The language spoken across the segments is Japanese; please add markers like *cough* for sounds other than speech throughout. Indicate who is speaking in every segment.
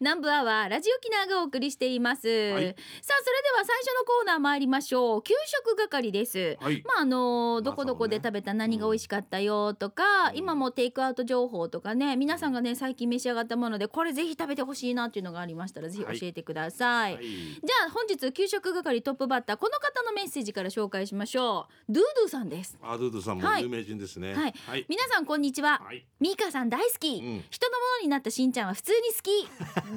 Speaker 1: 南部アワーラジオキナーがお送りしています、さ
Speaker 2: い
Speaker 1: あそれでは最初のコーナー参りましょう給食係です
Speaker 2: はい。
Speaker 1: まああの
Speaker 2: あ
Speaker 1: どこどこで
Speaker 2: そうね
Speaker 1: 食べた何が美味しかったよとか、
Speaker 2: うん
Speaker 1: 今もテイクアウト情報とかね皆さんがね最近召し上がったものでこれぜひ食べてほしいなっていうのがありましたらぜひ教えてください、
Speaker 2: はい
Speaker 1: じゃあ本日給食係トップバッターこの方のメッセージから紹介しましょうドゥドゥさんです
Speaker 2: アドゥドゥさんも
Speaker 1: はい
Speaker 2: 有名人ですね。
Speaker 1: はい
Speaker 2: はい。
Speaker 1: 皆さんこんにちは
Speaker 2: はい
Speaker 1: ミーカさん大好き、
Speaker 2: うん
Speaker 1: 人のものになったしんちゃんは普通に好
Speaker 2: *laughs*
Speaker 1: き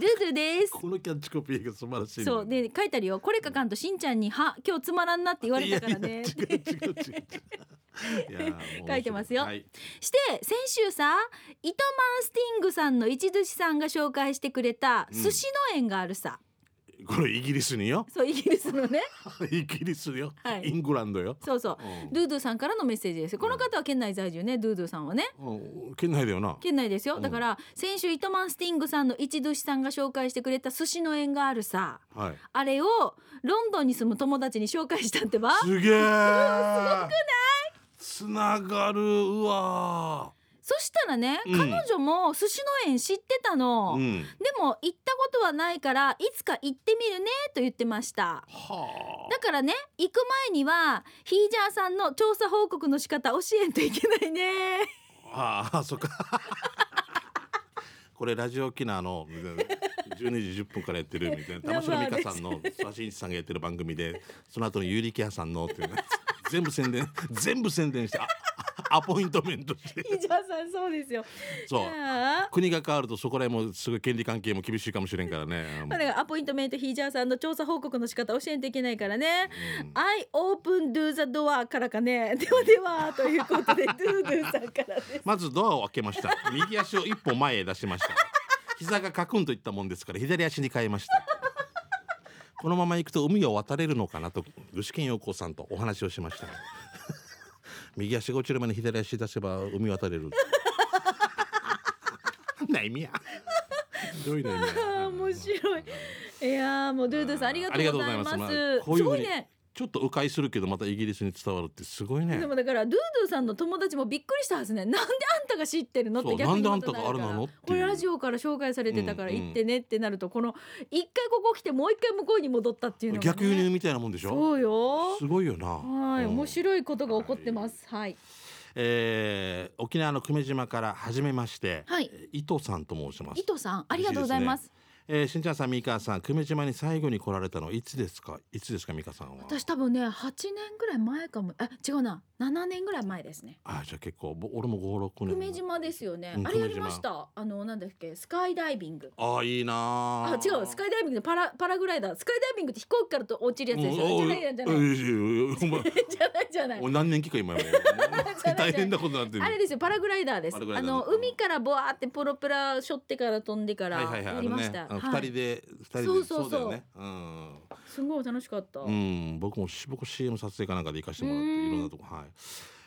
Speaker 1: ドゥドゥです
Speaker 2: このキャッチコピーが素晴らしいね。
Speaker 1: そうで書いてあるよこれ書かんとしんちゃんに「は今日つまらんな」って言われたから
Speaker 2: いやい
Speaker 1: ね
Speaker 2: や
Speaker 1: し
Speaker 2: 違
Speaker 1: *laughs*
Speaker 2: う違う違う。いやーもう面白
Speaker 1: 書いてますよ
Speaker 2: はい。
Speaker 1: て先週さ糸満スティングさんの一寿司さんが紹介してくれた
Speaker 2: うん
Speaker 1: 寿司農園があるさ、
Speaker 2: これイギリスによ。 *laughs*
Speaker 1: そうイギリスのね
Speaker 2: イギリスよ。
Speaker 1: はい
Speaker 2: イングランドよ。
Speaker 1: そうそう
Speaker 2: うん
Speaker 1: ドゥドゥさんからのメッセージですこの方は県内在住ねドゥドゥさんはね
Speaker 2: うん県内だよな。
Speaker 1: 県内です
Speaker 2: う
Speaker 1: よ
Speaker 2: ん
Speaker 1: だから先週糸満スティングさんの一寿司さんが紹介してくれた寿司の縁があるさ
Speaker 2: はい。
Speaker 1: あれをロンドンに住む友達に紹介したってば
Speaker 2: すげえ。すごくない。つながるうわ
Speaker 1: そしたらね、
Speaker 2: うん
Speaker 1: 彼女も寿司の園知ってたの、
Speaker 2: ー。うん。
Speaker 1: でも行ったことはないからいつか行ってみるねと言ってました
Speaker 2: は
Speaker 1: だからね行く前にはヒージャーさんの調査報告の仕方教えんといけない
Speaker 2: *laughs*
Speaker 1: ね
Speaker 2: あ。ああそっか。 *laughs* これラジオ沖縄のみたいな12時10分からやってるみたいな玉城美香さんの橋一さんがやってる番組でその後のユーリキアさんのっていうね全部宣伝全部宣伝してあアポイントメントして
Speaker 1: ヒージャーさんそうですよ
Speaker 2: そう
Speaker 1: ああ
Speaker 2: 国が変わるとそこら辺もすごい権利関係も厳しいかもしれんからね。
Speaker 1: だからアポイントメントヒージャーさんの調査報告の仕方教えんといけないからね
Speaker 2: うん
Speaker 1: I open do the door からかね *laughs* ではではということで do do さんからです
Speaker 2: まずドアを開け
Speaker 1: *laughs*
Speaker 2: ました。右足を一歩前へ出しました。膝がカクンといったもんですから左足に変えました。このまま行くと海を渡れるのかなと具志堅用高さんとお話をしました。
Speaker 1: *laughs*
Speaker 2: 右足が落ちる前に左足出せば海渡れる。ないみや。ど *laughs* ういうの意味や
Speaker 1: ああ面白いいやーもうドゥドゥさんありがとうございます
Speaker 2: ありがとうございますまあこうい
Speaker 1: す
Speaker 2: うふ
Speaker 1: ご
Speaker 2: う
Speaker 1: い
Speaker 2: に
Speaker 1: ね
Speaker 2: ちょっと迂回するけどまたイギリスに伝わるってすごいね
Speaker 1: *laughs* で。もだからドゥドゥさんの友達もびっくりしたはずね *laughs* なんであんたが知ってるのっ
Speaker 2: そ
Speaker 1: て
Speaker 2: う
Speaker 1: 逆に
Speaker 2: な
Speaker 1: ま
Speaker 2: んで
Speaker 1: た
Speaker 2: あんたがあるなのっていう
Speaker 1: これラジオから紹介されてたから
Speaker 2: うんうん
Speaker 1: 行ってねってなるとこの一回ここ来てもう一回向こうに戻ったっていうのが、ね、
Speaker 2: 逆輸入みたいなもんでしょ。
Speaker 1: そうよ
Speaker 2: すごいよな。
Speaker 1: はい
Speaker 2: うん
Speaker 1: 面白いことが起こってますはい
Speaker 2: えー沖縄の久米島から初めまして、
Speaker 1: はい
Speaker 2: えー伊藤さんと申します
Speaker 1: 伊、藤さんありがとうございます
Speaker 2: えー、しんちゃんさん三川さん久米島に最後に来られたのいつですかいつですか三川さんは
Speaker 1: 私多分ね8年ぐらい前かもあ違うな7年ぐらい前ですね
Speaker 2: あじゃあ結構ぼ俺も五六年
Speaker 1: 久米島ですよね、
Speaker 2: うん
Speaker 1: あれ
Speaker 2: 久
Speaker 1: や
Speaker 2: 米島
Speaker 1: りましたあのなんだっけスカイダイビング
Speaker 2: あいいな
Speaker 1: あ違うスカイダイビングでパラパラグライダースカイダイビングって飛行機からと落ちるやつですよ、
Speaker 2: うん
Speaker 1: じ
Speaker 2: お
Speaker 1: ゃ
Speaker 2: い
Speaker 1: ないじゃない
Speaker 2: おいおいおいお前
Speaker 1: *laughs* じゃないじゃない
Speaker 2: おい何年期か今も
Speaker 1: *laughs*
Speaker 2: う
Speaker 1: じゃない
Speaker 2: 大変なことになってる
Speaker 1: あれですよパラグライダーです
Speaker 2: パラグラ
Speaker 1: あ
Speaker 2: イダーね
Speaker 1: の海からボワーってプロペラしょってから飛んでから
Speaker 2: はいはいはい
Speaker 1: や
Speaker 2: あ
Speaker 1: り
Speaker 2: の
Speaker 1: まし
Speaker 2: ね
Speaker 1: たは
Speaker 2: あの二
Speaker 1: い
Speaker 2: 人で二人で
Speaker 1: そうそうそう
Speaker 2: だよねうん
Speaker 1: すごい楽しかった、
Speaker 2: うん、僕もし僕 CM 撮影かなんかで行かせてもらっ
Speaker 1: う
Speaker 2: て
Speaker 1: ん
Speaker 2: いろんなとこはい、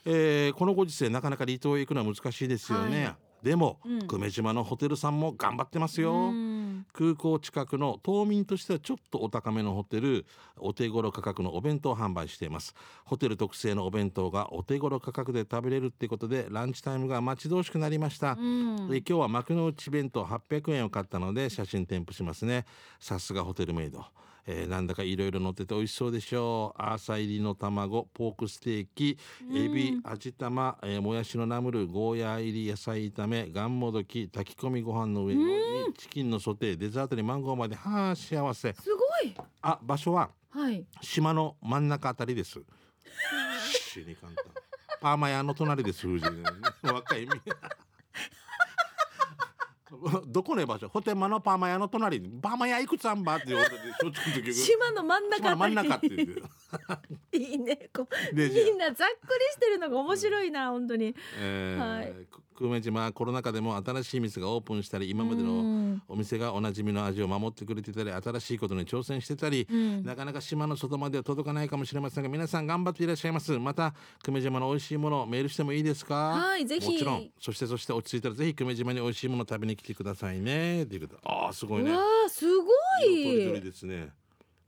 Speaker 2: えーこのご時世なかなか離島へ行くのは難しいですよね、
Speaker 1: は
Speaker 2: でも、
Speaker 1: うん
Speaker 2: 久米島のホテルさんも頑張ってますよ、
Speaker 1: うん
Speaker 2: 空港近くの島民としてはちょっとお高めのホテルお手頃価格のお弁当を販売していますホテル特製のお弁当がお手頃価格で食べれるっていうことでランチタイムが待ち遠しくなりました、
Speaker 1: うん
Speaker 2: で今日は幕の内弁当800円を買ったので写真添付しますねさすがホテルメイド、えーなんだかいろいろ乗ってて美味しそうでしょうアーサ入りの卵ポークステーキエビ味玉、えーもやしのナムルゴーヤー入り野菜炒めがんもどき炊き込みご飯の上にチキンのソテーデザートにマンゴーまではあ幸せ
Speaker 1: すごい
Speaker 2: あ場所は
Speaker 1: はい
Speaker 2: 島の真ん中あたりです。死に簡単。パーマ屋の隣です。藤井ね若いみんな。 *laughs* どこの場所？ホテマのパーマ屋の隣にパーマ屋いくつあんばって言われて松竹の結局
Speaker 1: 島の真ん中
Speaker 2: 島の真ん中って言っ
Speaker 1: いいねこう
Speaker 2: て。で
Speaker 1: みんなざっくりしてるのが面白いな本当に
Speaker 2: え
Speaker 1: は
Speaker 2: ーく久米島はコロナ禍でも新しい店がオープンしたり今まで
Speaker 1: う
Speaker 2: の
Speaker 1: ん
Speaker 2: お店がおなじみの味を守ってくれてたり新しいことに挑戦してたり、
Speaker 1: うん
Speaker 2: なかなか島の外までは届かないかもしれませんが皆さん頑張っていらっしゃいますまた久米島の美味しいものをメールしてもいいですか
Speaker 1: はいぜひ
Speaker 2: もちろんそしてそして落ち着いたらぜひ久米島に美味しいものを食べに来てくださいねっていうことああすごいうね
Speaker 1: わあすご
Speaker 2: 色とりどり
Speaker 1: い
Speaker 2: ですね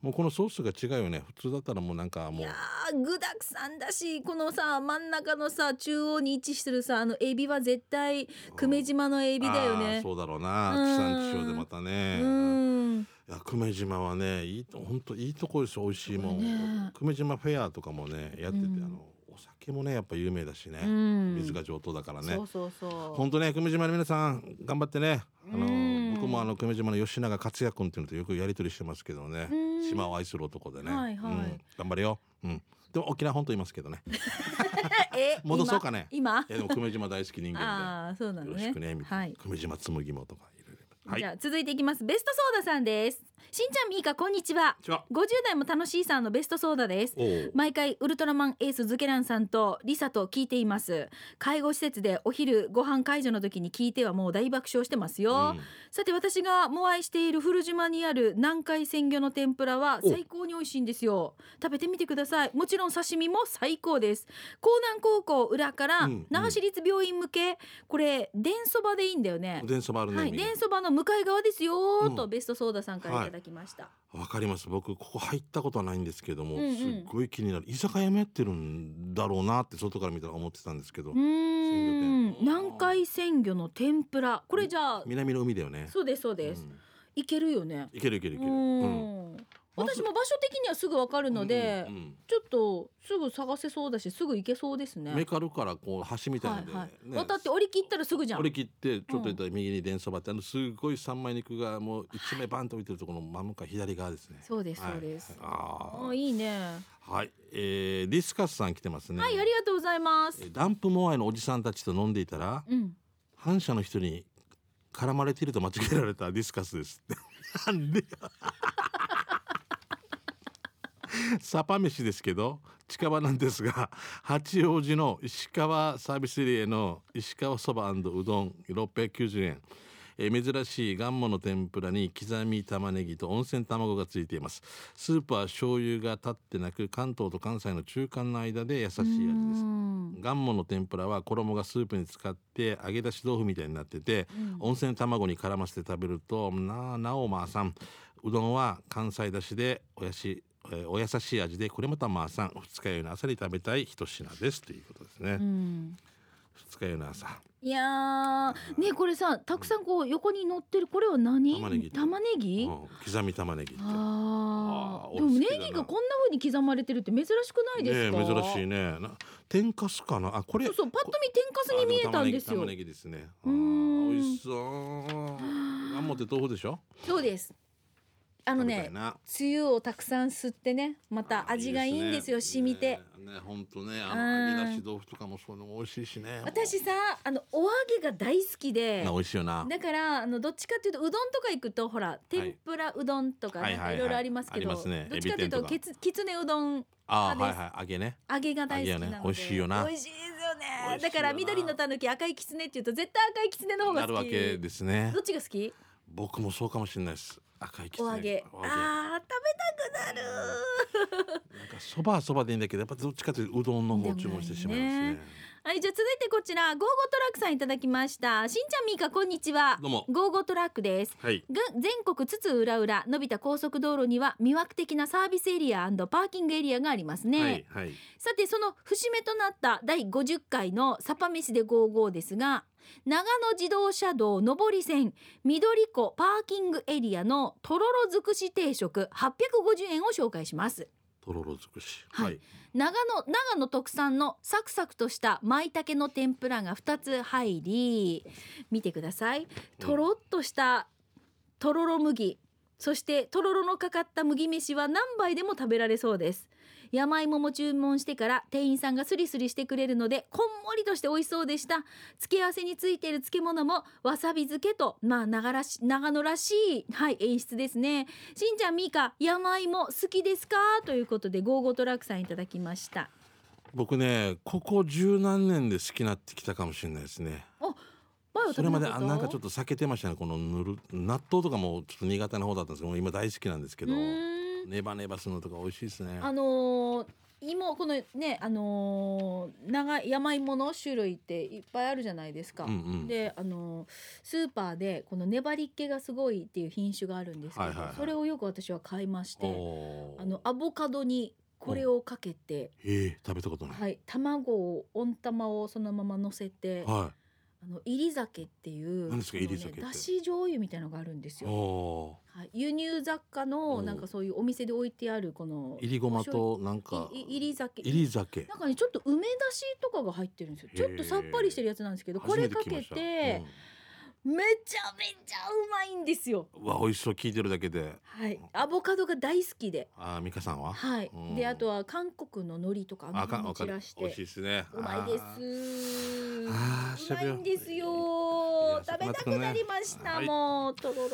Speaker 2: もうこのソースが違うよね普通だったらもうなんかもう
Speaker 1: あー具だくさんだしこのさ真ん中のさ中央に位置してるさあのエビは絶対久米島のエビだよ
Speaker 2: あ
Speaker 1: ね
Speaker 2: ーそうだろうな
Speaker 1: うん
Speaker 2: 地産地消でまたね
Speaker 1: う
Speaker 2: いや久米島はねいいと本当いいとこですよ美味しいも
Speaker 1: そ
Speaker 2: ん、
Speaker 1: うね
Speaker 2: 久米島フェアとかもねやってて、
Speaker 1: うん
Speaker 2: あのお酒もねやっぱ有名だしね、
Speaker 1: うん
Speaker 2: 水が上等だからね
Speaker 1: そうそうそう。
Speaker 2: 本当ね久米島の皆さん頑張ってねあの、
Speaker 1: うん
Speaker 2: 僕もあの久米島の吉永克也君っていうのとよくやり取りしてますけどね、
Speaker 1: うん
Speaker 2: 島を愛する男でね、
Speaker 1: はいはい
Speaker 2: うん頑張れよ、うん、でも沖縄本島いますけどね
Speaker 1: え
Speaker 2: 戻そうかね
Speaker 1: 今。
Speaker 2: いやでも久米島大好き人間
Speaker 1: *laughs* ああー、そうな
Speaker 2: で
Speaker 1: の
Speaker 2: よろ
Speaker 1: ね。
Speaker 2: しくねみたいな、
Speaker 1: はい。
Speaker 2: 久米島紬もとかいろいろはい
Speaker 1: じ
Speaker 2: こん
Speaker 1: ゃあ続いていきますベストソーダさんですしんちゃんみーかこんにちは
Speaker 2: にちは
Speaker 1: 50代も楽しいさんのベストソーダです
Speaker 2: おう
Speaker 1: 毎回ウルトラマンエースズケランさんとリサと聞いています介護施設でお昼ご飯解除の時に聞いてはもう大爆笑してますよ、
Speaker 2: うん
Speaker 1: さて私がも愛している古島にある南海鮮魚の天ぷらは
Speaker 2: お
Speaker 1: 最高に美味しいんですよ食べてみてくださいもちろん刺身も最高です江南高校裏から
Speaker 2: うんうん
Speaker 1: 那覇市立病院向け、これ電そばでいいんだよね
Speaker 2: おでんそばあるね、
Speaker 1: はい、
Speaker 2: みんな
Speaker 1: 電そばの向かい側ですよーと、
Speaker 2: うん
Speaker 1: ベストソーダさんからいただきました、
Speaker 2: わかります僕ここ入ったことはないんですけども、
Speaker 1: うんうん
Speaker 2: すっごい気になる居酒屋もやってるんだろうなって外から見たら思ってたんですけど、
Speaker 1: うーん
Speaker 2: 鮮魚店
Speaker 1: 南海鮮魚の天ぷらこれじゃあ
Speaker 2: 南の海だよね
Speaker 1: そうですそうです、
Speaker 2: うん
Speaker 1: いけるよね
Speaker 2: いけるいけるいける、
Speaker 1: う
Speaker 2: うん
Speaker 1: ん私も場所的にはすぐわかるので、
Speaker 2: うんうん
Speaker 1: ちょっとすぐ探せそうだしすぐ行けそうですね
Speaker 2: メカルからこう橋みたいな
Speaker 1: は
Speaker 2: ので、
Speaker 1: いはい、
Speaker 2: ね
Speaker 1: 渡って折り切ったらすぐじゃん
Speaker 2: 折り切ってちょっと行ったら右に電そばってあのすごい三枚肉がもう一枚バンと置いてるところの真向かい左側ですね。
Speaker 1: そうです
Speaker 2: はい
Speaker 1: そうです
Speaker 2: あ
Speaker 1: あいいね
Speaker 2: あはい、えー、ディスカスさん来てますね。
Speaker 1: はいありがとうございます
Speaker 2: えーダンプモアイのおじさんたちと飲んでいたら
Speaker 1: うん
Speaker 2: 反社の人に絡まれていると間違えられたディスカスです *laughs* ってなんでよサパ飯ですけど近場なんですが八王子の石川サービスエリアの石川そばうどん690円えー珍しいガンモの天ぷらに刻み玉ねぎと温泉卵がついていますスープは醤油が立ってなく関東と関西の中間の間で優しい味です
Speaker 1: うん
Speaker 2: ガンモの天ぷらは衣がスープに使って揚げ出し豆腐みたいになってて、温泉卵に絡ませて食べるとなあなおまあさんうどんは関西だしでおやし、えーお優しい味でこれまたまあさん二日酔いの朝に食べたい一品ですということですね、
Speaker 1: うん
Speaker 2: 二日酔いの朝
Speaker 1: いやーねこれさたくさんこう横に乗ってるこれは何
Speaker 2: 玉ねぎ
Speaker 1: 玉ねぎ
Speaker 2: うん刻み玉ねぎって
Speaker 1: あ
Speaker 2: あ
Speaker 1: ー
Speaker 2: ー
Speaker 1: でも
Speaker 2: 俺
Speaker 1: ネ
Speaker 2: 好きだな
Speaker 1: ギがこんな風に刻まれてるって珍しくないですか、
Speaker 2: ねえ珍しいねな天かすかなあこれ
Speaker 1: そうそうパッと見天かすに見えたんです
Speaker 2: あも
Speaker 1: よ
Speaker 2: 玉ねぎ玉ねぎですね
Speaker 1: う
Speaker 2: あ
Speaker 1: ーん
Speaker 2: ー美味しそうガンモって豆腐でしょ
Speaker 1: そうですあの
Speaker 2: 食べた
Speaker 1: ね
Speaker 2: いな
Speaker 1: つゆをたくさん吸ってねま
Speaker 2: あ
Speaker 1: た
Speaker 2: ー
Speaker 1: 味がいいんですよ染みて、。
Speaker 2: いいねね、本当ね、あ
Speaker 1: うん
Speaker 2: の揚げ出し豆腐とかもそういうのも美味しいしね。
Speaker 1: 私さあのお揚げが大好きで
Speaker 2: な美味しいよな。
Speaker 1: だからあのどっちかっていうとうどんとか行くとほら天ぷらうどんとか
Speaker 2: は
Speaker 1: ないんか
Speaker 2: はいはい
Speaker 1: いろいろありますけど、
Speaker 2: ありますね
Speaker 1: どっちかっていう
Speaker 2: エ
Speaker 1: と
Speaker 2: ビ
Speaker 1: き
Speaker 2: 天
Speaker 1: つきつねうどん
Speaker 2: あー、
Speaker 1: 派で
Speaker 2: はい
Speaker 1: す
Speaker 2: はい、揚げね。
Speaker 1: 揚げが大好きなので、
Speaker 2: 揚げはね美味しいよな
Speaker 1: 美味しいですよ
Speaker 2: 美
Speaker 1: ね
Speaker 2: 味しい
Speaker 1: だ
Speaker 2: よな
Speaker 1: から緑のたぬき赤いきつねっていうと絶対赤いきつねの方が
Speaker 2: な
Speaker 1: 好き
Speaker 2: るわけですね
Speaker 1: どっ。ちが好き
Speaker 2: 僕もそうかもしれないです。赤いきつね。
Speaker 1: お揚げ
Speaker 2: お揚げなんか
Speaker 1: あー食べたくなる
Speaker 2: そばはそばでいいんだけど、やっぱどっちかというとうどんの方を注文してしまいます
Speaker 1: でも
Speaker 2: ね。
Speaker 1: はいじゃあ続いてこちらゴーゴートラックさんいただきましたしんちゃんみーかこんにちは
Speaker 2: どうも。
Speaker 1: ゴーゴートラックです
Speaker 2: はい。
Speaker 1: が全国津々浦々伸びた高速道路には魅惑的なサービスエリアパーキングエリアがありますね、
Speaker 2: はい。はい。
Speaker 1: さてその節目となった第50回の「サパ飯で55」ですが長野自動車道上り線緑湖パーキングエリアのとろろ尽くし定食850円を紹介します
Speaker 2: とろろ尽くし。
Speaker 1: は
Speaker 2: はいい。
Speaker 1: 長野長野特産のサクサクとした舞茸の天ぷらが2つ入り見てくださいとろっとしたとろろ麦そしてとろろのかかった麦飯は何杯でも食べられそうです山芋も注文してから店員さんがスリスリしてくれるのでこんもりとして美味しそうでした付け合わせについている漬物もわさび漬けとまあ長らし長野らしい、はい、演出ですねしんちゃんみーか山芋好きですかということでゴーゴートラックさんいただきました
Speaker 2: 僕ね、ここ十何年で好きになってきたかもしれないですね。
Speaker 1: 前は食べ
Speaker 2: それ
Speaker 1: な
Speaker 2: まで
Speaker 1: かった
Speaker 2: あなんかちょっと避けてましたねこのぬる納豆とかもちょっと苦手な方だったんですけどもう今大好きなんですけど
Speaker 1: うーん
Speaker 2: ネバネバするのとか美味しいですね
Speaker 1: あのー芋このねあのー長い山芋の種類っていっぱいあるじゃないですか、
Speaker 2: うんうん
Speaker 1: であのースーパーでこの粘り気がすごいっていう品種があるんですけど、
Speaker 2: はいはいはい
Speaker 1: それをよく私は買いまして
Speaker 2: おー
Speaker 1: あのアボカドにこれをかけて、
Speaker 2: えー、食べたことない
Speaker 1: はい、卵を温玉をそのまま乗せて、
Speaker 2: は
Speaker 1: あの入り酒っていう
Speaker 2: 何ですか
Speaker 1: あの
Speaker 2: 煎り酒って
Speaker 1: だし醤油みたいのがあるんです
Speaker 2: い
Speaker 1: よ、
Speaker 2: お
Speaker 1: はい、輸入雑貨のなんかそういうお店で置いてあるこの
Speaker 2: いりごまとなんか
Speaker 1: いいいり酒
Speaker 2: いり酒
Speaker 1: なんかねちょっと梅だしとかが入ってるんですよちょっとさっぱりしてるやつなんですけどこれかけ
Speaker 2: 初め
Speaker 1: て
Speaker 2: 聞きまし
Speaker 1: めちゃめちゃうまいんですよ
Speaker 2: たうんうわ美味しそう聞いてるだけで
Speaker 1: はいアボカドが大好きで
Speaker 2: あー美香さんは
Speaker 1: はい
Speaker 2: うん
Speaker 1: であとは韓国の海苔とか
Speaker 2: あ
Speaker 1: 甘
Speaker 2: かん
Speaker 1: み
Speaker 2: わか
Speaker 1: 散ら
Speaker 2: る
Speaker 1: し
Speaker 2: 美味していですね
Speaker 1: うまいで
Speaker 2: あ
Speaker 1: すう
Speaker 2: あー
Speaker 1: まいんですよ
Speaker 2: いや
Speaker 1: 食べたくなりまし
Speaker 2: そこまで
Speaker 1: た
Speaker 2: ね
Speaker 1: もうとろろ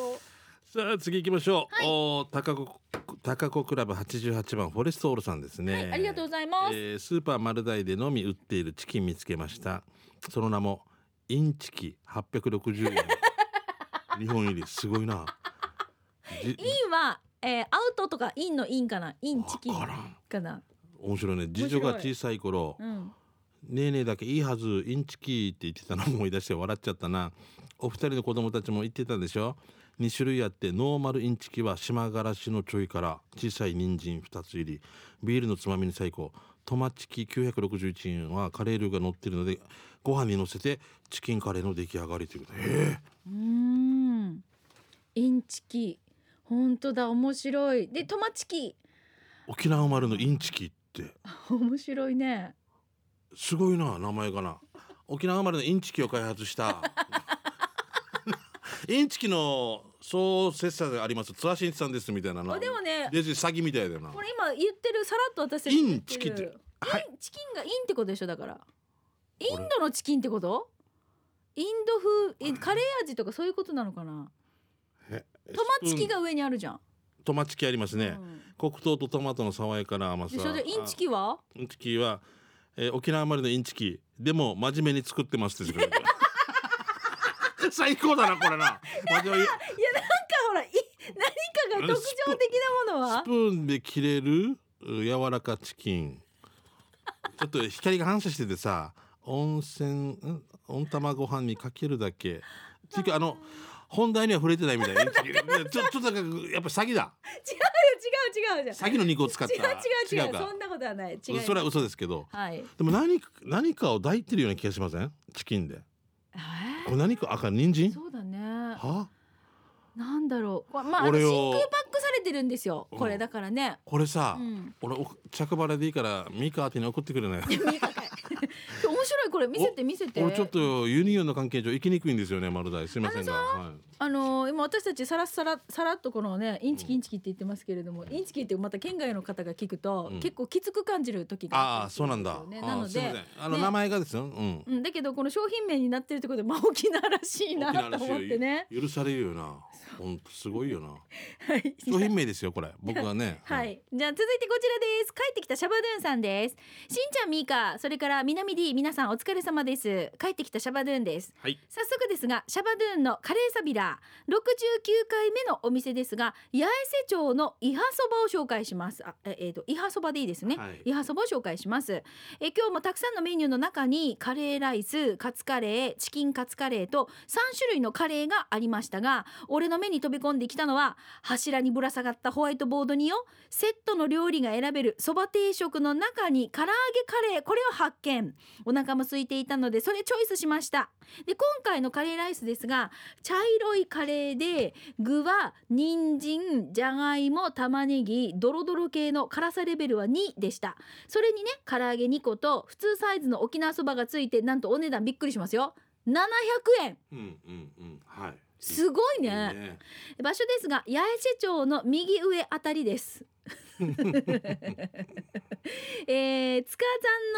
Speaker 2: ーさあ次行きましょう、
Speaker 1: はい
Speaker 2: おー高子高子クラブ88番フォレストオールさんですね、
Speaker 1: はいありがとうございます
Speaker 2: えースーパーマルダイでのみ売っているチキン見つけましたその名もインチキ860円
Speaker 1: *laughs*
Speaker 2: 日本入りすごいなじ
Speaker 1: インはえーアウトとかインのインかなインチキン
Speaker 2: わからん
Speaker 1: かな
Speaker 2: 面白いね次女が小さい頃
Speaker 1: うん
Speaker 2: ねえねえだけいいはずインチキって言ってたのを *laughs* 思い出して笑っちゃったなお二人の子供たちも言ってたでしょ2種類あってノーマルインチキは島がらしのちょいから小さい人参2つ入りビールのつまみに最高トマチキ961円はカレールーが乗ってるのでご飯にのせてチキンカレーの出来上がりということでへ
Speaker 1: うーんインチキ本当だ面白いでトマチキ
Speaker 2: え沖縄生まれのインチキって
Speaker 1: 面白いね
Speaker 2: すごいな名前かな沖縄生まれのインチキを開発した *laughs* インチキの総切磋であります津和慎一さんですみたいな
Speaker 1: あ
Speaker 2: な
Speaker 1: でもね
Speaker 2: レジ詐欺みたいだよな
Speaker 1: これ今言ってるさらっと私たち
Speaker 2: イ
Speaker 1: 言っ
Speaker 2: ン
Speaker 1: て
Speaker 2: チ
Speaker 1: る
Speaker 2: キって
Speaker 1: インチキンがインってことでしょだからインドのチキンってことインド風えカレー味とかそういうことなのかなトマチキ
Speaker 2: スプーン
Speaker 1: が上にあるじゃん、
Speaker 2: トマチキあります
Speaker 1: う
Speaker 2: ね、
Speaker 1: ん
Speaker 2: 黒糖とトマトの爽やかな甘さ
Speaker 1: でそれでインチキは
Speaker 2: あインチキは、えー沖縄生まれのインチキでも真面目に作ってますって書いて
Speaker 1: *laughs*
Speaker 2: ある最高だなこれな真面目に
Speaker 1: いやなんかほらい何かが特徴的なもの
Speaker 2: ス
Speaker 1: は
Speaker 2: プーンで切れるう柔らかチキン *laughs* ちょっと光が反射しててさ温泉ん温玉ご飯にかけるだけっていうかあの本題には触れてないみたい
Speaker 1: *laughs*
Speaker 2: なちょちょっとなんかやっぱ詐欺だ
Speaker 1: 違う違う違うじゃん
Speaker 2: 詐欺の肉を使っ
Speaker 1: *laughs*
Speaker 2: た
Speaker 1: 違う違う違う
Speaker 2: か
Speaker 1: そんなことはない違います
Speaker 2: それは嘘ですけど
Speaker 1: はい
Speaker 2: でも何か何かを抱いてるような気がしませんチキンでこ
Speaker 1: え
Speaker 2: れ何か赤人
Speaker 1: ー、
Speaker 2: 参
Speaker 1: そうだね
Speaker 2: は
Speaker 1: なんだろうこれまああの
Speaker 2: 俺
Speaker 1: 真
Speaker 2: を
Speaker 1: 空パックされてるんですよこ
Speaker 2: う
Speaker 1: れ
Speaker 2: ん
Speaker 1: だからね
Speaker 2: これ
Speaker 1: う
Speaker 2: さ、
Speaker 1: ん
Speaker 2: 俺お着払いでいいからミカ宛てに送ってくれない
Speaker 1: いや見 *laughs* えたかい面白いこれ見せて見せて
Speaker 2: 俺ちょっとユニオンの関係上行きにくいんですよね丸大すいませんが、は
Speaker 1: あのー今私たちさらさらさらっとこのねインチキインチキって言ってますけれども、インチキってまた県外の方が聞くと、
Speaker 2: うん
Speaker 1: 結構きつく感じる時
Speaker 2: い、
Speaker 1: が
Speaker 2: あ
Speaker 1: あ
Speaker 2: あ
Speaker 1: っ
Speaker 2: そ
Speaker 1: た
Speaker 2: う
Speaker 1: り
Speaker 2: な
Speaker 1: す
Speaker 2: ん
Speaker 1: る
Speaker 2: だ
Speaker 1: ですよねなので
Speaker 2: ああすいませんあの、
Speaker 1: ね
Speaker 2: 名前がですよ、うん、
Speaker 1: うん、だけどこの商品名になってるってことで、まあ、沖縄らしい *laughs* なと思ってね。
Speaker 2: 許されるよなほんとすご
Speaker 1: *laughs*
Speaker 2: いよな
Speaker 1: はい
Speaker 2: 商品名ですよこれ僕
Speaker 1: *laughs*
Speaker 2: はね
Speaker 1: はい、じゃあ続いてこちらです帰ってきたシャバドゥンさんですしんちゃんみーかそれから南 D 皆さんお疲れ様です帰ってきたシャバドゥンです
Speaker 2: はい
Speaker 1: 早速ですがシャバドゥンのカレーサビラー69回目のお店ですが八重瀬町の伊波そばを紹介しますあええーと伊波そばでいいですね、
Speaker 2: はい
Speaker 1: 伊波そばを紹介しますえ今日もたくさんのメニューの中にカレーライスカツカレーチキンカツカレーと3種類のカレーがありましたが俺の目に飛び込んできたのは柱にぶら下がったホワイトボードによセットの料理が選べるそば定食の中に唐揚げカレーこれを発見お腹も空いていたのでそれチョイスしましたで今回のカレーライスですが茶色いカレーで具は人参じゃがいも玉ねぎドロドロ系の辛さレベルは2でしたそれにね唐揚げ2個と普通サイズの沖縄そばがついてなんとお値段びっくりしますよ700円
Speaker 2: うんうんうんはい
Speaker 1: すごい
Speaker 2: い
Speaker 1: ね場所ですが八重瀬町の右上あたり
Speaker 2: *laughs*
Speaker 1: です。えー、塚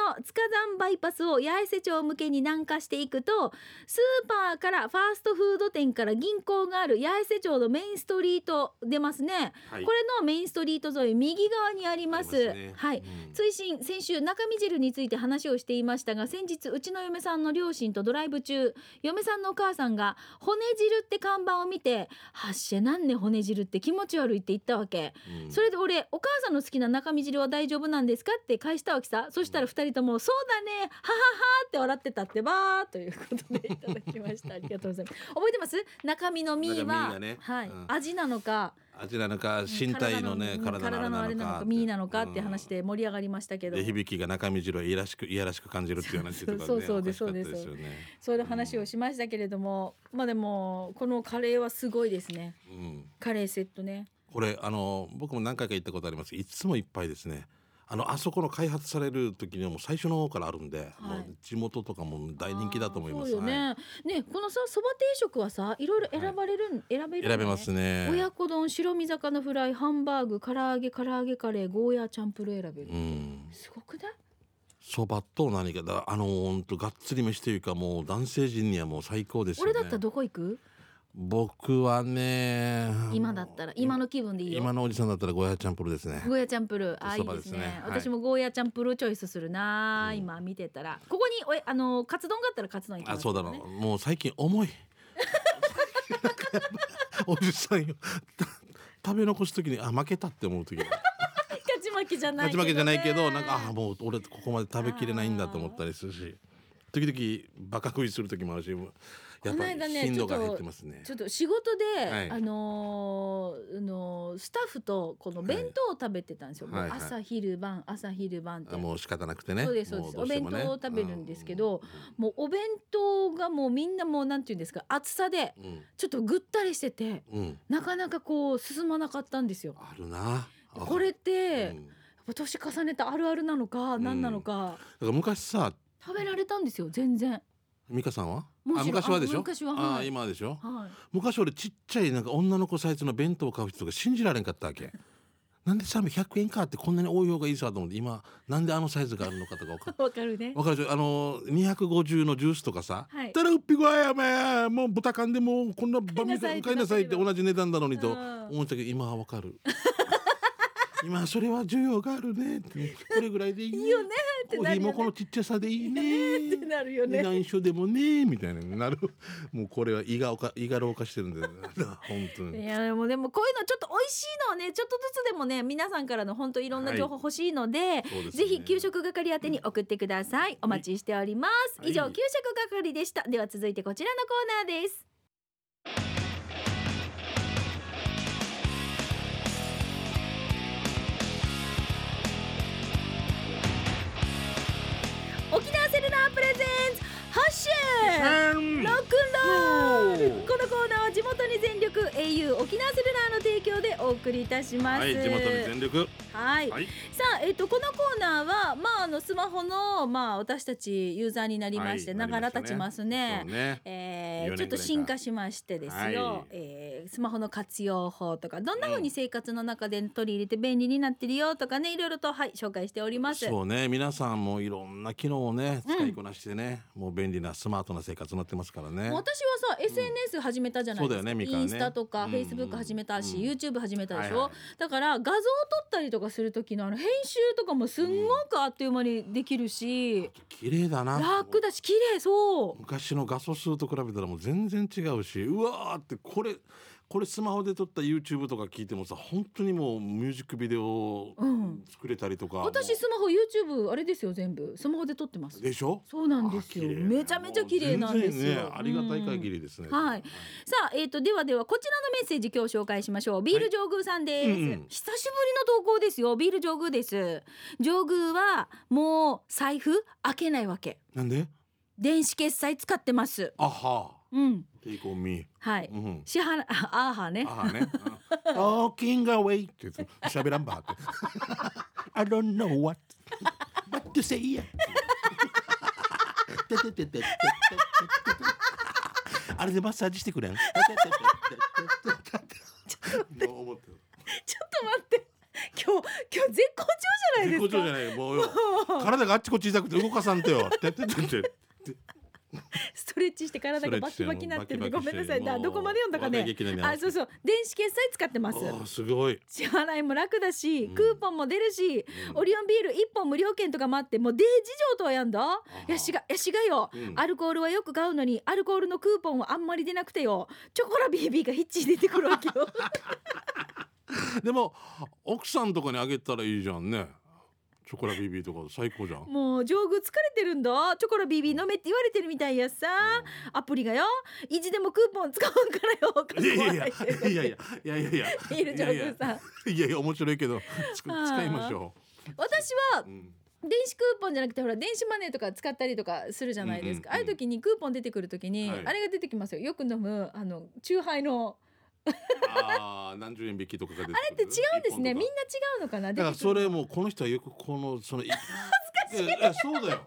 Speaker 1: 山の塚山バイパスを八重瀬町向けに南下していくとスーパーからファーストフード店から銀行がある八重瀬町のメインストリート出ますね、
Speaker 2: はい
Speaker 1: これのメインストリート沿い右側にあります
Speaker 2: ありね
Speaker 1: はい
Speaker 2: うん
Speaker 1: 追伸先週中身汁について話をしていましたが先日うちの嫁さんの両親とドライブ中嫁さんのお母さんが「骨汁」って看板を見て「はっしゃなんね骨汁って気持ち悪い」って言ったわけ、
Speaker 2: うん
Speaker 1: それで俺「お母さんの好きな中身汁は大丈夫なんですか?」って返したわけさそしたら二人とも「そうだねははは」って笑ってたってばーということでいただきましたありがとうございます覚えてます中身の身
Speaker 2: 中身
Speaker 1: は
Speaker 2: がね
Speaker 1: はい
Speaker 2: うん
Speaker 1: 味なのか
Speaker 2: 味なのか身体のね体の
Speaker 1: 体のあ
Speaker 2: あ
Speaker 1: れ
Speaker 2: れ
Speaker 1: なの
Speaker 2: なの
Speaker 1: か
Speaker 2: か
Speaker 1: 身なのかって話
Speaker 2: で、
Speaker 1: で盛り上がりましたけ
Speaker 2: うん
Speaker 1: ど、
Speaker 2: で響きが中身次郎いらしくいやらしく感じるっていう話とかね
Speaker 1: そうそうそうです
Speaker 2: おかしかったよね
Speaker 1: そういう話をしましたけれども、まあでもこのカレーはすごいですね
Speaker 2: うん
Speaker 1: カレーセットね
Speaker 2: これあの僕も何回か行ったことありますいつもいっぱいですねあのあそこの開発される時にはもう最初の方からあるんで、
Speaker 1: はい
Speaker 2: もう地元とかも大人気だと思います
Speaker 1: あーそうよね、ねこのさそば定食はさいろいろ選ばれるん、選べ
Speaker 2: はい
Speaker 1: るんだね
Speaker 2: 選べますね
Speaker 1: 親子丼白身魚フライハンバーグ唐揚げ唐揚げカレーゴーヤーチャンプルー選べる、
Speaker 2: うん
Speaker 1: すごくない
Speaker 2: そばと何かだあの本当がっつり飯というかもう男性陣にはもう最高ですよね
Speaker 1: 俺だったらどこ行く
Speaker 2: 僕はね
Speaker 1: 今だったら今の気分でいいよ
Speaker 2: 今のおじさんだったらゴーヤチャンプルーですね
Speaker 1: ゴーヤチャンプルーあい
Speaker 2: そ
Speaker 1: い
Speaker 2: ば
Speaker 1: で
Speaker 2: ですす
Speaker 1: ね
Speaker 2: ねはい
Speaker 1: 私もゴーヤチャンプルーチョイスするな、
Speaker 2: うん
Speaker 1: 今見てたらここにおえあのカツ丼があったらカツ丼行きま
Speaker 2: あ
Speaker 1: す
Speaker 2: そ
Speaker 1: け
Speaker 2: うだ
Speaker 1: ど
Speaker 2: ろ
Speaker 1: ね
Speaker 2: うもう最近重い *laughs* おじさんよ *laughs* た食べ残す時にあ負けたって思う時が
Speaker 1: *laughs* 勝ち負けじゃない
Speaker 2: 勝
Speaker 1: け
Speaker 2: ち
Speaker 1: ど、ね、
Speaker 2: 負けじゃないけどなんかあもう俺ここまで食べきれないんだと思ったりするし時々バカ食いする時もあるしやっ
Speaker 1: こ
Speaker 2: ぱ
Speaker 1: の間
Speaker 2: り
Speaker 1: ね
Speaker 2: 頻度が減ってますね
Speaker 1: ちょっと仕事で、
Speaker 2: はい
Speaker 1: あのーあのースタッフとこの弁当を食べてたんですよ、
Speaker 2: はい
Speaker 1: もう朝昼晩朝昼晩って
Speaker 2: あもう仕方なくてね
Speaker 1: そうですそうです
Speaker 2: もどしてもね
Speaker 1: お弁当を食べるんですけどもうお弁当がもうみんなもうなんていうんですか厚さで
Speaker 2: うんうん
Speaker 1: ちょっとぐったりしてて
Speaker 2: うんうん
Speaker 1: なかなかこう進まなかったんですよ。
Speaker 2: あるな
Speaker 1: これっ
Speaker 2: う
Speaker 1: て、やっ
Speaker 2: んだ
Speaker 1: ぱ年重ねたあるあるなのか
Speaker 2: ん
Speaker 1: 何なのか、
Speaker 2: から昔さ
Speaker 1: 食べられたんですよ全然。
Speaker 2: 美香さんは
Speaker 1: もちろ
Speaker 2: あ
Speaker 1: ん
Speaker 2: 昔はでしょ
Speaker 1: あ昔ははい
Speaker 2: あ今はでしょ
Speaker 1: はい、
Speaker 2: *laughs* 昔俺ちっちゃいなんか女の子サイズの弁当を買う人が信じられんかったわけなんでさ100円かってこんなに多い方がいいさと思って今なんであのサイズがあるのかとか分か
Speaker 1: わかるね。
Speaker 2: わかるでしょあの250のジュースとかさ「
Speaker 1: はい
Speaker 2: たらうっぴごあやめもう豚缶でもうこんなバンみたい
Speaker 1: 買い
Speaker 2: 買い
Speaker 1: な
Speaker 2: な
Speaker 1: さ
Speaker 2: さ
Speaker 1: い
Speaker 2: い」って同じ値段なのにと
Speaker 1: うん
Speaker 2: 思ったけど今は分かる今それは需要があるねってこれぐらいでいいね
Speaker 1: いいよねって
Speaker 2: コー
Speaker 1: な
Speaker 2: ヒ
Speaker 1: る
Speaker 2: ー
Speaker 1: よ
Speaker 2: も
Speaker 1: ね。
Speaker 2: このちっちゃさでいいね
Speaker 1: ってなるよね。
Speaker 2: 何緒でもねみたいななるもうこれは胃がおか胃が老化してるんだよな *laughs* 本当
Speaker 1: い
Speaker 2: に
Speaker 1: やでもでもこういうのちょっと美味しいのをねちょっとずつでもね皆さんからの本当いろんな情報欲しいので、
Speaker 2: そうですね
Speaker 1: ぜひ給食係宛てに送ってくださいお待ちしております、
Speaker 2: はい
Speaker 1: 以上給食係でしたでは続いてこちらのコーナーです沖縄セルラープレゼンツ発信
Speaker 2: うん
Speaker 1: ロックンロールこのコーナーは地元に全力 au 沖縄セルラーの提供でお送りいたします。
Speaker 2: はい地元に全力
Speaker 1: はい
Speaker 2: はい
Speaker 1: さあ、えっと、このコーナーは、まあ、あのスマホの、まあ、私たちユーザーになりまして、
Speaker 2: はい
Speaker 1: ながら経ちますね。
Speaker 2: そうね
Speaker 1: えー
Speaker 2: 4年
Speaker 1: ちょっと
Speaker 2: ぐらいか
Speaker 1: 進化しましてですよ、
Speaker 2: はい
Speaker 1: えースマホの活用法とかどんな風に生活の中で取り入れて便利になってるよとかねいろいろと、はい、紹介しております。
Speaker 2: そうね皆さんもいろんな機能をね
Speaker 1: うん
Speaker 2: 使いこなしてね、もう便利なスマートな生活になってますからね
Speaker 1: もう私はさ SNS 始めたじゃないです
Speaker 2: そ
Speaker 1: か、
Speaker 2: うだよねみかん
Speaker 1: イ
Speaker 2: ね
Speaker 1: ンスタとか
Speaker 2: うん
Speaker 1: Facebook 始めたし、
Speaker 2: うん
Speaker 1: YouTube 始めたでしょ、
Speaker 2: はいはい
Speaker 1: だから画像を撮ったりとかする時のあの編集とかもすんごくあっという間にできるし、
Speaker 2: 綺麗だな
Speaker 1: 楽だし綺麗そう
Speaker 2: 昔の画素数と比べたらもう全然違うしうわーってこれこれスマホで撮った YouTube とか聞いてもさ本当にもうミュージックビデオを
Speaker 1: うん
Speaker 2: 作れたりとか、
Speaker 1: 私スマホ YouTube あれですよ全部スマホで撮ってます
Speaker 2: でしょ
Speaker 1: そうなんです
Speaker 2: あ
Speaker 1: よ
Speaker 2: 綺麗
Speaker 1: めちゃめちゃ綺麗なんですよ、
Speaker 2: もう全然ね、ありがたい限
Speaker 1: り
Speaker 2: りですね。
Speaker 1: はいさあ、えー、とではではこちらのメッセージ今日紹介しましょうビール上宮さんです、
Speaker 2: はいうんうん
Speaker 1: 久しぶりの投稿ですよビール上宮です上宮はもう財布開けないわけ
Speaker 2: なんで？
Speaker 1: 電子決済使ってます
Speaker 2: あは。
Speaker 1: うん
Speaker 2: テイクオンミ
Speaker 1: はい、
Speaker 2: ー。うん。
Speaker 1: 支払ああーはね
Speaker 2: ああね。うん Talking away って言って喋らんばって。I don't know what what to say yet. てててててててあれでマッサージしてくれん。てててててててもう思ってる。
Speaker 1: ちょっと待って今日今日絶好調じゃないで
Speaker 2: 絶
Speaker 1: すか
Speaker 2: 好調じゃないよもうよ。体があっちこっち痛くて動かさんとよ。ててててて。
Speaker 1: *laughs* ストレッチして体がバキバキになってるんでごめんなさいだどこまで読んだかねあそう
Speaker 2: う
Speaker 1: そう電子決済使ってます
Speaker 2: すごい。
Speaker 1: 支払いも楽だし、
Speaker 2: うん
Speaker 1: クーポンも出るし、
Speaker 2: うん
Speaker 1: オリオンビール一本無料券とかもあってもうデイ事情とはやんだ
Speaker 2: ー
Speaker 1: やしがやしがよ、
Speaker 2: うん
Speaker 1: アルコールはよく買うのにアルコールのクーポンはあんまり出なくてよチョコラ BB がヒッチ出てくるわけ
Speaker 2: *laughs*
Speaker 1: よ
Speaker 2: でも奥さんとかにあげたらいいじゃんね。チョコラ BB とか最高じゃん。
Speaker 1: もう上宮疲れてるんだチョコラ BB 飲めって言われてるみたいやさアプリがよ意地でもクーポン使わんからよ
Speaker 2: うんいやいやいやいやいやいやいや
Speaker 1: いる
Speaker 2: い
Speaker 1: 上
Speaker 2: やい
Speaker 1: 宮
Speaker 2: や
Speaker 1: さん
Speaker 2: いやいや面白いけどつく
Speaker 1: あー
Speaker 2: 使いましょ
Speaker 1: 私は
Speaker 2: う。うん
Speaker 1: 電子クーポンじゃなくてほら電子マネーとか使ったりとかするじゃないですか、
Speaker 2: うんうん
Speaker 1: あ
Speaker 2: うん
Speaker 1: あいう時にクーポン出てくる時に、
Speaker 2: はい
Speaker 1: あれが出てきますよよく飲むあの酎ハイの
Speaker 2: ああ何十円引きとかが出てくる。
Speaker 1: あれって違うんですね
Speaker 2: 一
Speaker 1: みんな
Speaker 2: 本とか
Speaker 1: 違うのかな
Speaker 2: だから
Speaker 1: 出てくる
Speaker 2: それもうこの人はよくこのその恥ずかしいやいやそうだよ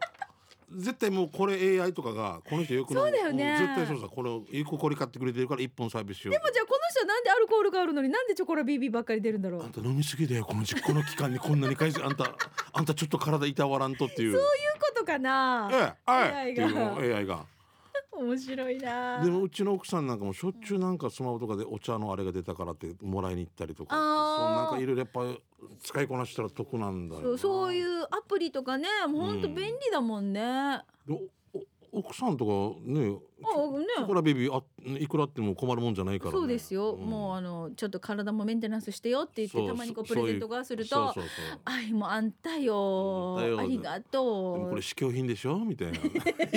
Speaker 2: 絶対もうこれ AI とかがこの人よくの
Speaker 1: そうだよね
Speaker 2: ん絶対そうさこれをよくこれ買ってくれてるから一本サービスしよう
Speaker 1: でもじゃあこの人はなんでアルコールがあるのになんでチョコラ BB ばっかり出るんだろう
Speaker 2: あんた飲みすぎだよこの時この期間にこんなに返すあんたあんたちょっと体いたわらんとっていう
Speaker 1: そういうことかな
Speaker 2: ええあ
Speaker 1: AI
Speaker 2: いって
Speaker 1: が
Speaker 2: いうのを AI が
Speaker 1: 面白いな
Speaker 2: でもうちの奥さんなんかもしょっちゅうなんかスマホとかでお茶のあれが出たからってもらいに行ったりとか
Speaker 1: あ
Speaker 2: そ
Speaker 1: ー
Speaker 2: うなんかいろいろやっぱ使いこなしたら得なんだよな
Speaker 1: そうそういうアプリとかねもうほんと便利だもんね、あ
Speaker 2: でおお奥さんとかねチョコ
Speaker 1: ね
Speaker 2: ラビビあいくらあっても困るもんじゃないから、ね、
Speaker 1: そうですよ、もう
Speaker 2: っ
Speaker 1: あのちょっと体もメンテナンスしてよって言ってたまにこうプレゼントがすると
Speaker 2: そうそうそう
Speaker 1: あいもうあんたよ
Speaker 2: あんたよ
Speaker 1: ありが
Speaker 2: でも
Speaker 1: と
Speaker 2: これ試供品でしょ
Speaker 1: *laughs*
Speaker 2: みたいない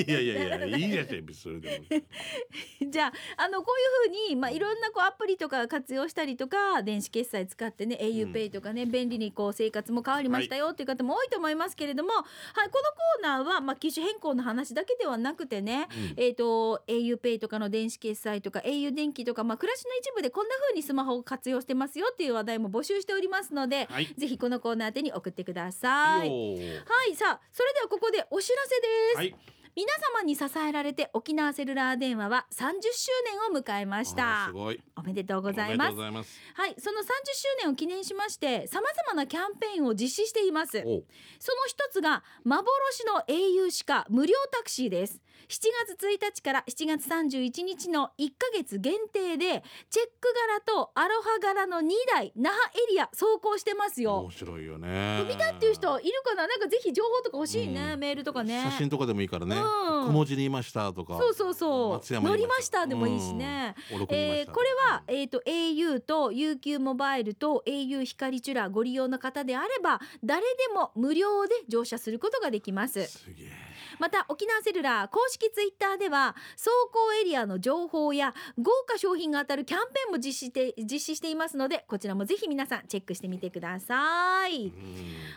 Speaker 2: やいやいやいいじゃん別にそれでも
Speaker 1: う *laughs* じゃああのこういうふうに、まあ、いろんなこうアプリとか活用したりとか電子決済使ってね auPay とかね、便利にこう生活も変わりましたよっていう方も多いと思いますけれども、はいこのコーナーは、まあ、機種変更の話だけではなくてね、
Speaker 2: うん
Speaker 1: えー、と auPay とかの電子決済とか au 電気とか、まあ、暮らしの一部でこんな風にスマホを活用してますよっていう話題も募集しておりますので、
Speaker 2: はい
Speaker 1: ぜひこのコーナー宛てに送ってください。はいさあそれではここでお知らせです、
Speaker 2: はい
Speaker 1: 皆様に支えられて沖縄セルラー電話は30周年を迎えました
Speaker 2: あーすごい
Speaker 1: おめでとうございま
Speaker 2: おめでとう
Speaker 1: す
Speaker 2: ございます
Speaker 1: はいその30周年を記念しまして様々なキャンペーンを実施しています
Speaker 2: お
Speaker 1: その一つが幻の英雄しか無料タクシーです7月1日から7月31日の1ヶ月限定でチェック柄とアロハ柄の2台那覇エリア走行してますよ
Speaker 2: 面白いよね
Speaker 1: 見たっていう人いるかななんかぜひ情報とか欲しいね、
Speaker 2: うん
Speaker 1: メールとかね
Speaker 2: 写真とかでもいいからね、
Speaker 1: うん
Speaker 2: 小文字にいましたとか
Speaker 1: そうそうそう
Speaker 2: 松山に
Speaker 1: 乗
Speaker 2: い
Speaker 1: りましたでもいいしね、
Speaker 2: うんお喜びにいま
Speaker 1: え
Speaker 2: し
Speaker 1: ー
Speaker 2: た
Speaker 1: これは、えー、と au と UQ モバイルと au 光チュラご利用の方であれば誰でも無料で乗車することができます
Speaker 2: すげえ
Speaker 1: また沖縄セルラー公式ツイッターでは走行エリアの情報や豪華商品が当たるキャンペーンも実施して実施していますのでこちらもぜひ皆さんチェックしてみてください。
Speaker 2: うん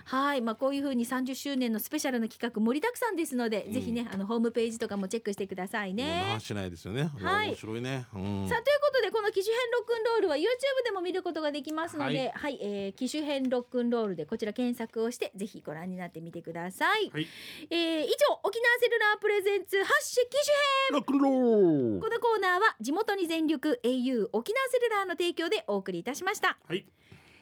Speaker 1: はい、まあ、こういうふうに30周年のスペシャルの企画盛りだくさんですので、
Speaker 2: うん
Speaker 1: ぜひねあのホームページとかもチェックしてください
Speaker 2: もう
Speaker 1: ね
Speaker 2: 那覇。市内ですよね、
Speaker 1: はい
Speaker 2: 面白いね、うん、
Speaker 1: さあということでこの機種変ロックンロールは YouTube でも見ることができますので、はいえー機種変ロックンロールでこちら検索をしてぜひご覧になってみてください。
Speaker 2: はい
Speaker 1: えー以上沖縄セルラープレゼンツ発信機種編
Speaker 2: ロックンロール
Speaker 1: このコーナーは地元に全力 au 沖縄セルラーの提供でお送りいたしました。
Speaker 2: はい、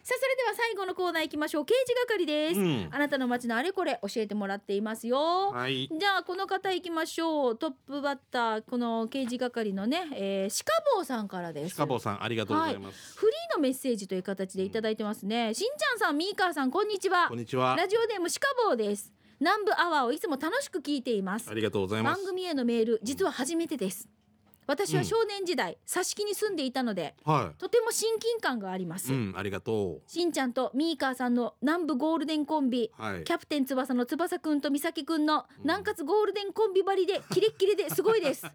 Speaker 1: さあそれでは最後のコーナー行きましょう刑事係です、
Speaker 2: うん
Speaker 1: あなたの街のあれこれ教えてもらっていますよ、
Speaker 2: はい
Speaker 1: じゃあこの方行きましょうトップバッターこの刑事係のね、えー、シカボーさんからです
Speaker 2: シカボーさんありがとうございます、
Speaker 1: フリーのメッセージという形でいただいてますね、しんちゃんさんみーかーさんこんにちは
Speaker 2: こんにちは
Speaker 1: ラジオネームシカボーです南部アワーをいつも楽しく聞いています
Speaker 2: ありがとうございま
Speaker 1: 番
Speaker 2: す
Speaker 1: 組へのメール実は初めてです私は少年時代挿し木に住んでいたので
Speaker 2: は
Speaker 1: とても親近感がありま
Speaker 2: い
Speaker 1: す、
Speaker 2: うんありがと
Speaker 1: しんちゃんとミーカーさんの南部ゴールデンコンビ
Speaker 2: うはい
Speaker 1: キャプテン翼の翼くんと美咲くんの
Speaker 2: うん
Speaker 1: 南葛ゴールデンコンビ張りでキレッキレですごいですさ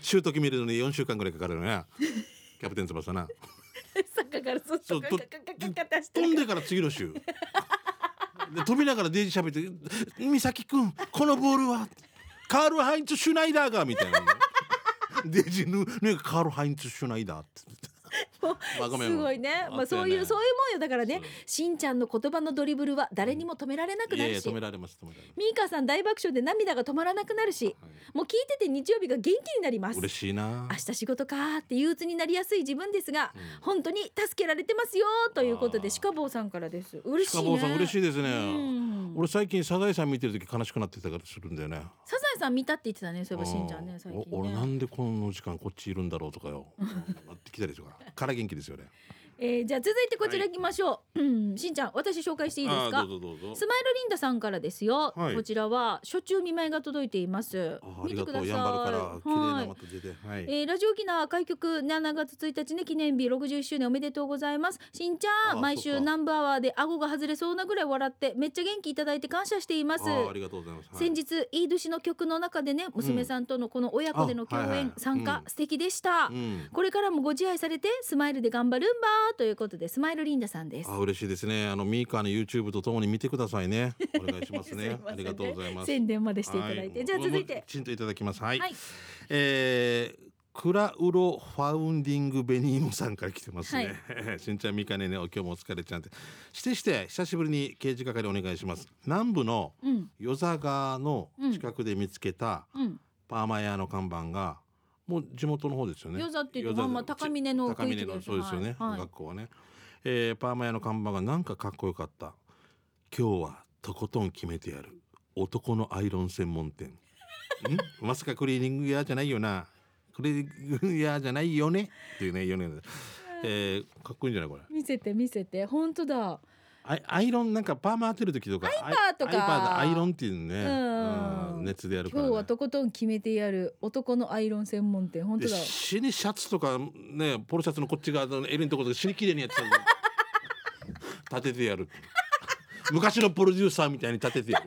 Speaker 2: 習得見るのに4週間ぐらいかかるよね *laughs* キャプテン翼な
Speaker 1: っきからずっ
Speaker 2: そ
Speaker 1: と
Speaker 2: う
Speaker 1: カ
Speaker 2: と
Speaker 1: カカカカ出して
Speaker 2: 飛ん
Speaker 1: る
Speaker 2: でから次の週 *laughs* で飛びながらデイジー喋って「美咲くんこのボールはカール・ハインツ・シュナイダーが」みたいな *laughs* デイジーぬねカール・ハインツ・シュナイダーって
Speaker 1: もう
Speaker 2: まあごめん
Speaker 1: すごいねま
Speaker 2: あ
Speaker 1: あ
Speaker 2: ったよ
Speaker 1: そう
Speaker 2: ね
Speaker 1: いうそういうもんよだからね
Speaker 2: そう
Speaker 1: しんちゃんの言葉のドリブルは誰にも止められなく
Speaker 2: い
Speaker 1: な
Speaker 2: やい
Speaker 1: る
Speaker 2: や
Speaker 1: し
Speaker 2: 止め
Speaker 1: ミ
Speaker 2: られます止められま
Speaker 1: ーカーさん大爆笑で涙が止まらなくなるし
Speaker 2: す、
Speaker 1: もう聞いてて日曜日が元気になりま
Speaker 2: はい、
Speaker 1: す
Speaker 2: 嬉しいな
Speaker 1: 明日仕事かーって憂鬱になりやすい自分ですが、
Speaker 2: うん
Speaker 1: 本当に助けられてますよーということ
Speaker 2: あ
Speaker 1: で
Speaker 2: ー
Speaker 1: シカボーさんからです嬉しい
Speaker 2: シカ
Speaker 1: ね
Speaker 2: ボーさん嬉しいです
Speaker 1: う
Speaker 2: ね、
Speaker 1: ん
Speaker 2: 俺最近サザエさん見てる時悲しくなってたからするんだよね
Speaker 1: サザエさん見たって言ってたねそういえばしんちゃん
Speaker 2: う
Speaker 1: ね最
Speaker 2: お
Speaker 1: 近
Speaker 2: 俺な
Speaker 1: ね *laughs*
Speaker 2: んでこの時間こっちいるんだろうとかよなってきたりとかから元気ですよね
Speaker 1: えーじゃあ続いてこちら行きましょう、うんしんちゃん私紹介していいです
Speaker 2: あー
Speaker 1: か
Speaker 2: どうぞどうぞ
Speaker 1: スマイルリンダさんからですよ、
Speaker 2: はい
Speaker 1: こちらは初中見舞いが届いています
Speaker 2: ああ
Speaker 1: 見
Speaker 2: り
Speaker 1: て
Speaker 2: が
Speaker 1: く
Speaker 2: と
Speaker 1: ださ
Speaker 2: う
Speaker 1: い
Speaker 2: ヤンバルから綺麗
Speaker 1: は
Speaker 2: ないまた出てはい、
Speaker 1: えーラジオ沖縄開局7月1日ね記念日61周年おめでとうございますしんちゃ
Speaker 2: あ
Speaker 1: ん毎
Speaker 2: そ
Speaker 1: 週
Speaker 2: うか
Speaker 1: ナンバーアワーで顎が外れそうなぐらい笑ってめっちゃ元気いただいて感謝しています
Speaker 2: あーありがとうございます、はい
Speaker 1: 先日イードゥシの曲の中でね娘さんとのこの親子での共演、
Speaker 2: あはいはい
Speaker 1: 参加、
Speaker 2: うん
Speaker 1: 素敵でした、
Speaker 2: うん
Speaker 1: これからもご自愛されてスマイルで頑張るんばーということでスマイルリンダさんです
Speaker 2: あ嬉しいですねあのミーカーの YouTube とともに見てくださいねお願いしま
Speaker 1: *laughs*
Speaker 2: す
Speaker 1: すい
Speaker 2: ね
Speaker 1: ませんね
Speaker 2: ありがとうございます
Speaker 1: 宣伝までしていただいて、
Speaker 2: は
Speaker 1: じゃあ続い
Speaker 2: もう
Speaker 1: て
Speaker 2: きちんといただきますはい、
Speaker 1: はい
Speaker 2: えークラウロファウンディングベニーモさんから来てますね、 *laughs* しんちゃんみかねねお今日もお疲れちゃんってしてして久しぶりに刑事係お願いします南部の
Speaker 1: うん
Speaker 2: 与座川の近くで見つけた
Speaker 1: うん
Speaker 2: パーマ屋の看板がもう地元の方ですよね
Speaker 1: ヨザっていうと
Speaker 2: ヨザ
Speaker 1: まんま高峰の
Speaker 2: 高
Speaker 1: 区域
Speaker 2: 峰の
Speaker 1: です
Speaker 2: そうですよね、
Speaker 1: はいはい
Speaker 2: 学校はね、えーパーマ屋の看板がなんかかっこよかった今日はとことん決めてやる男のアイロン専門
Speaker 1: *laughs*
Speaker 2: 店んまさかクリーニング屋じゃないよなクリーニング屋じゃないよねっていうね4年で、えーかっこいいんじゃないこれ
Speaker 1: 見せて見せて本当だ
Speaker 2: アイアイロンなんかパーマ当てる時とかアイ
Speaker 1: パーとか
Speaker 2: アイパーだアイロンっていうね
Speaker 1: うん
Speaker 2: うん熱でやるから、
Speaker 1: 今
Speaker 2: ね、
Speaker 1: 日はとことん決めてやる男のアイロン専門店本
Speaker 2: で
Speaker 1: 当だ
Speaker 2: 死にシャツとかねポロシャツのこっち側の襟のところで死に綺麗にやってたんだ立ててやる昔のプロデューサーみたいに立ててやる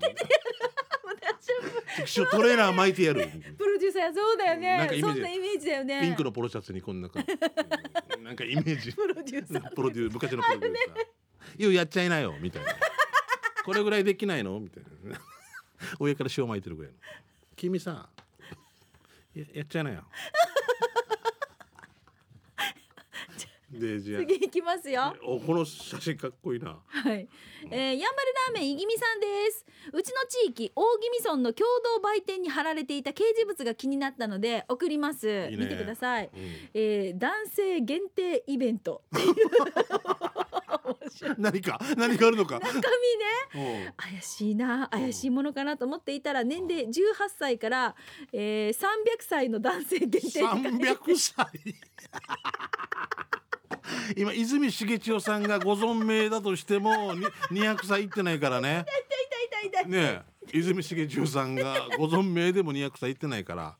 Speaker 2: 一緒トレーラー巻いてやる
Speaker 1: プロデューサーそうだよ
Speaker 2: なん
Speaker 1: ね
Speaker 2: かイメー
Speaker 1: そ
Speaker 2: ジ
Speaker 1: んなイメージだよね
Speaker 2: ピンクのポロシャツにこんな感じなんかイメージ
Speaker 1: プロデューサー
Speaker 2: プロデュー昔のプロデューサー「よやっちゃいなよ」みた
Speaker 1: *laughs*
Speaker 2: いな「これぐらいできないの?」みたいな上から塩撒いてるぐらいの「君さややっちゃい
Speaker 1: *laughs*
Speaker 2: なよ」でじゃあ
Speaker 1: 次行きますよ
Speaker 2: おこの写真かっこいいな
Speaker 1: はい、えー、やんばるラーメンいぎみさんですうちの地域大宜味村の共同売店に貼られていた掲示物が気になったので送ります
Speaker 2: いね
Speaker 1: 見てください、
Speaker 2: うん
Speaker 1: えー、男性限定イベント
Speaker 2: 何か何かあるのか
Speaker 1: 中身ね
Speaker 2: うん
Speaker 1: 怪しいな怪しいものかなと思っていたら年齢18歳から、えー、300歳の男性限定
Speaker 2: 三百歳。今泉重千代さんがご存命だとしてもに200歳いってないからね
Speaker 1: 痛い痛い痛い
Speaker 2: ねえ泉重千代さんがご存命でも200歳いってないから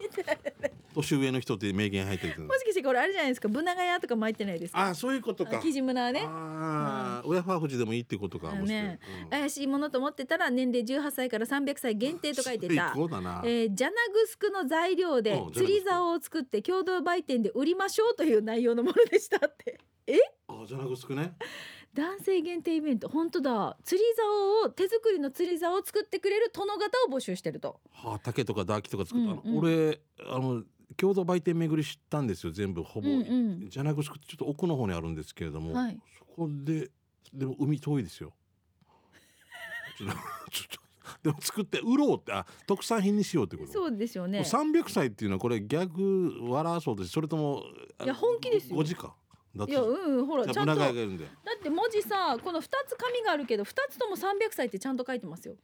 Speaker 2: 年上の人って名言入ってるけど
Speaker 1: もしかしてこれあれじゃないですかブナガヤとか巻いてないですか
Speaker 2: ああそういうことか
Speaker 1: あキジムナはね
Speaker 2: ああ親ファーフジでもいいってことか
Speaker 1: あの
Speaker 2: もし
Speaker 1: ね怪しいものと思ってたら年齢18歳から300歳限定と書いてた
Speaker 2: 最。高だな、
Speaker 1: えージャナグスクの材料で
Speaker 2: うん
Speaker 1: 釣り竿を作って共同売店で売りましょうという内容のものでしたって
Speaker 2: あじゃなくすくね
Speaker 1: *laughs* 男性限定イベント本当だ釣り竿を手作りの釣り竿を作ってくれる殿方を募集してると
Speaker 2: はあ、竹とかダーキとか作ったの、
Speaker 1: うんうん
Speaker 2: 俺あの共同売店巡りしたんですよ全部ほぼ、
Speaker 1: うんうん
Speaker 2: じゃなくしくちょっと奥の方にあるんですけれども、
Speaker 1: はい
Speaker 2: そこででも海遠いですよちょっとちょっとでも作って売ろうってあ特産品にしようってこと
Speaker 1: そうですよね
Speaker 2: もう300歳っていうのはこれギャグ笑わそうとしてそれともあ
Speaker 1: いや本気ですよ
Speaker 2: 5時かだっ
Speaker 1: い
Speaker 2: て
Speaker 1: やうんうんほら
Speaker 2: じ
Speaker 1: ち
Speaker 2: ゃ
Speaker 1: ゃ
Speaker 2: あ
Speaker 1: んと
Speaker 2: 村
Speaker 1: だ
Speaker 2: がいるんだ
Speaker 1: *laughs*
Speaker 2: よ
Speaker 1: って文字さこの2つ紙があるけど2つとも300歳ってちゃんと書いてますよ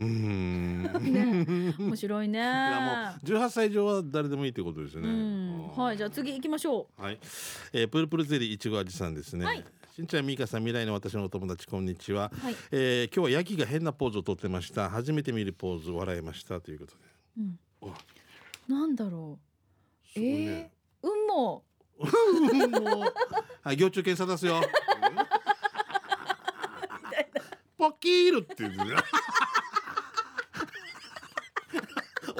Speaker 2: うーん
Speaker 1: 面白いね
Speaker 2: いやもう18歳以上は誰でもいいってことですよ
Speaker 1: う
Speaker 2: ね
Speaker 1: ん
Speaker 2: うん
Speaker 1: はいじゃあ次行きましょ
Speaker 2: はい、えー、プルプルゼリーいちご味さんですね。
Speaker 1: はい
Speaker 2: しんちゃんみーかさん未来の私のお友達こんにちは、
Speaker 1: うはい、
Speaker 2: えー今日はヤギが変なポーズをとってました初めて見るポーズ笑いましたということで
Speaker 1: うん
Speaker 2: わ、
Speaker 1: なんだろ
Speaker 2: すごいね、
Speaker 1: う運も
Speaker 2: もうはい行中検査出すよポキールって言うんですね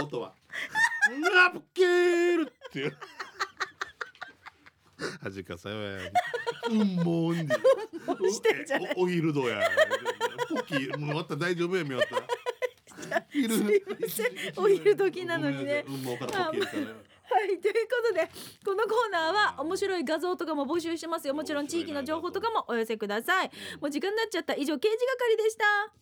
Speaker 2: 音はうわポキールっていう恥かさよやうんもうんで
Speaker 1: *laughs* してるじゃない
Speaker 2: おオイルドやポキールもう終わった大丈夫やみ終
Speaker 1: *laughs*
Speaker 2: わったすいま
Speaker 1: せんお昼時なのにね
Speaker 2: うんもうからポキールから
Speaker 1: はいということでこのコーナーは面白い画像とかも募集してますよもちろん地域の情報とかもお寄せくださいもう時間になっちゃった以上刑事係でした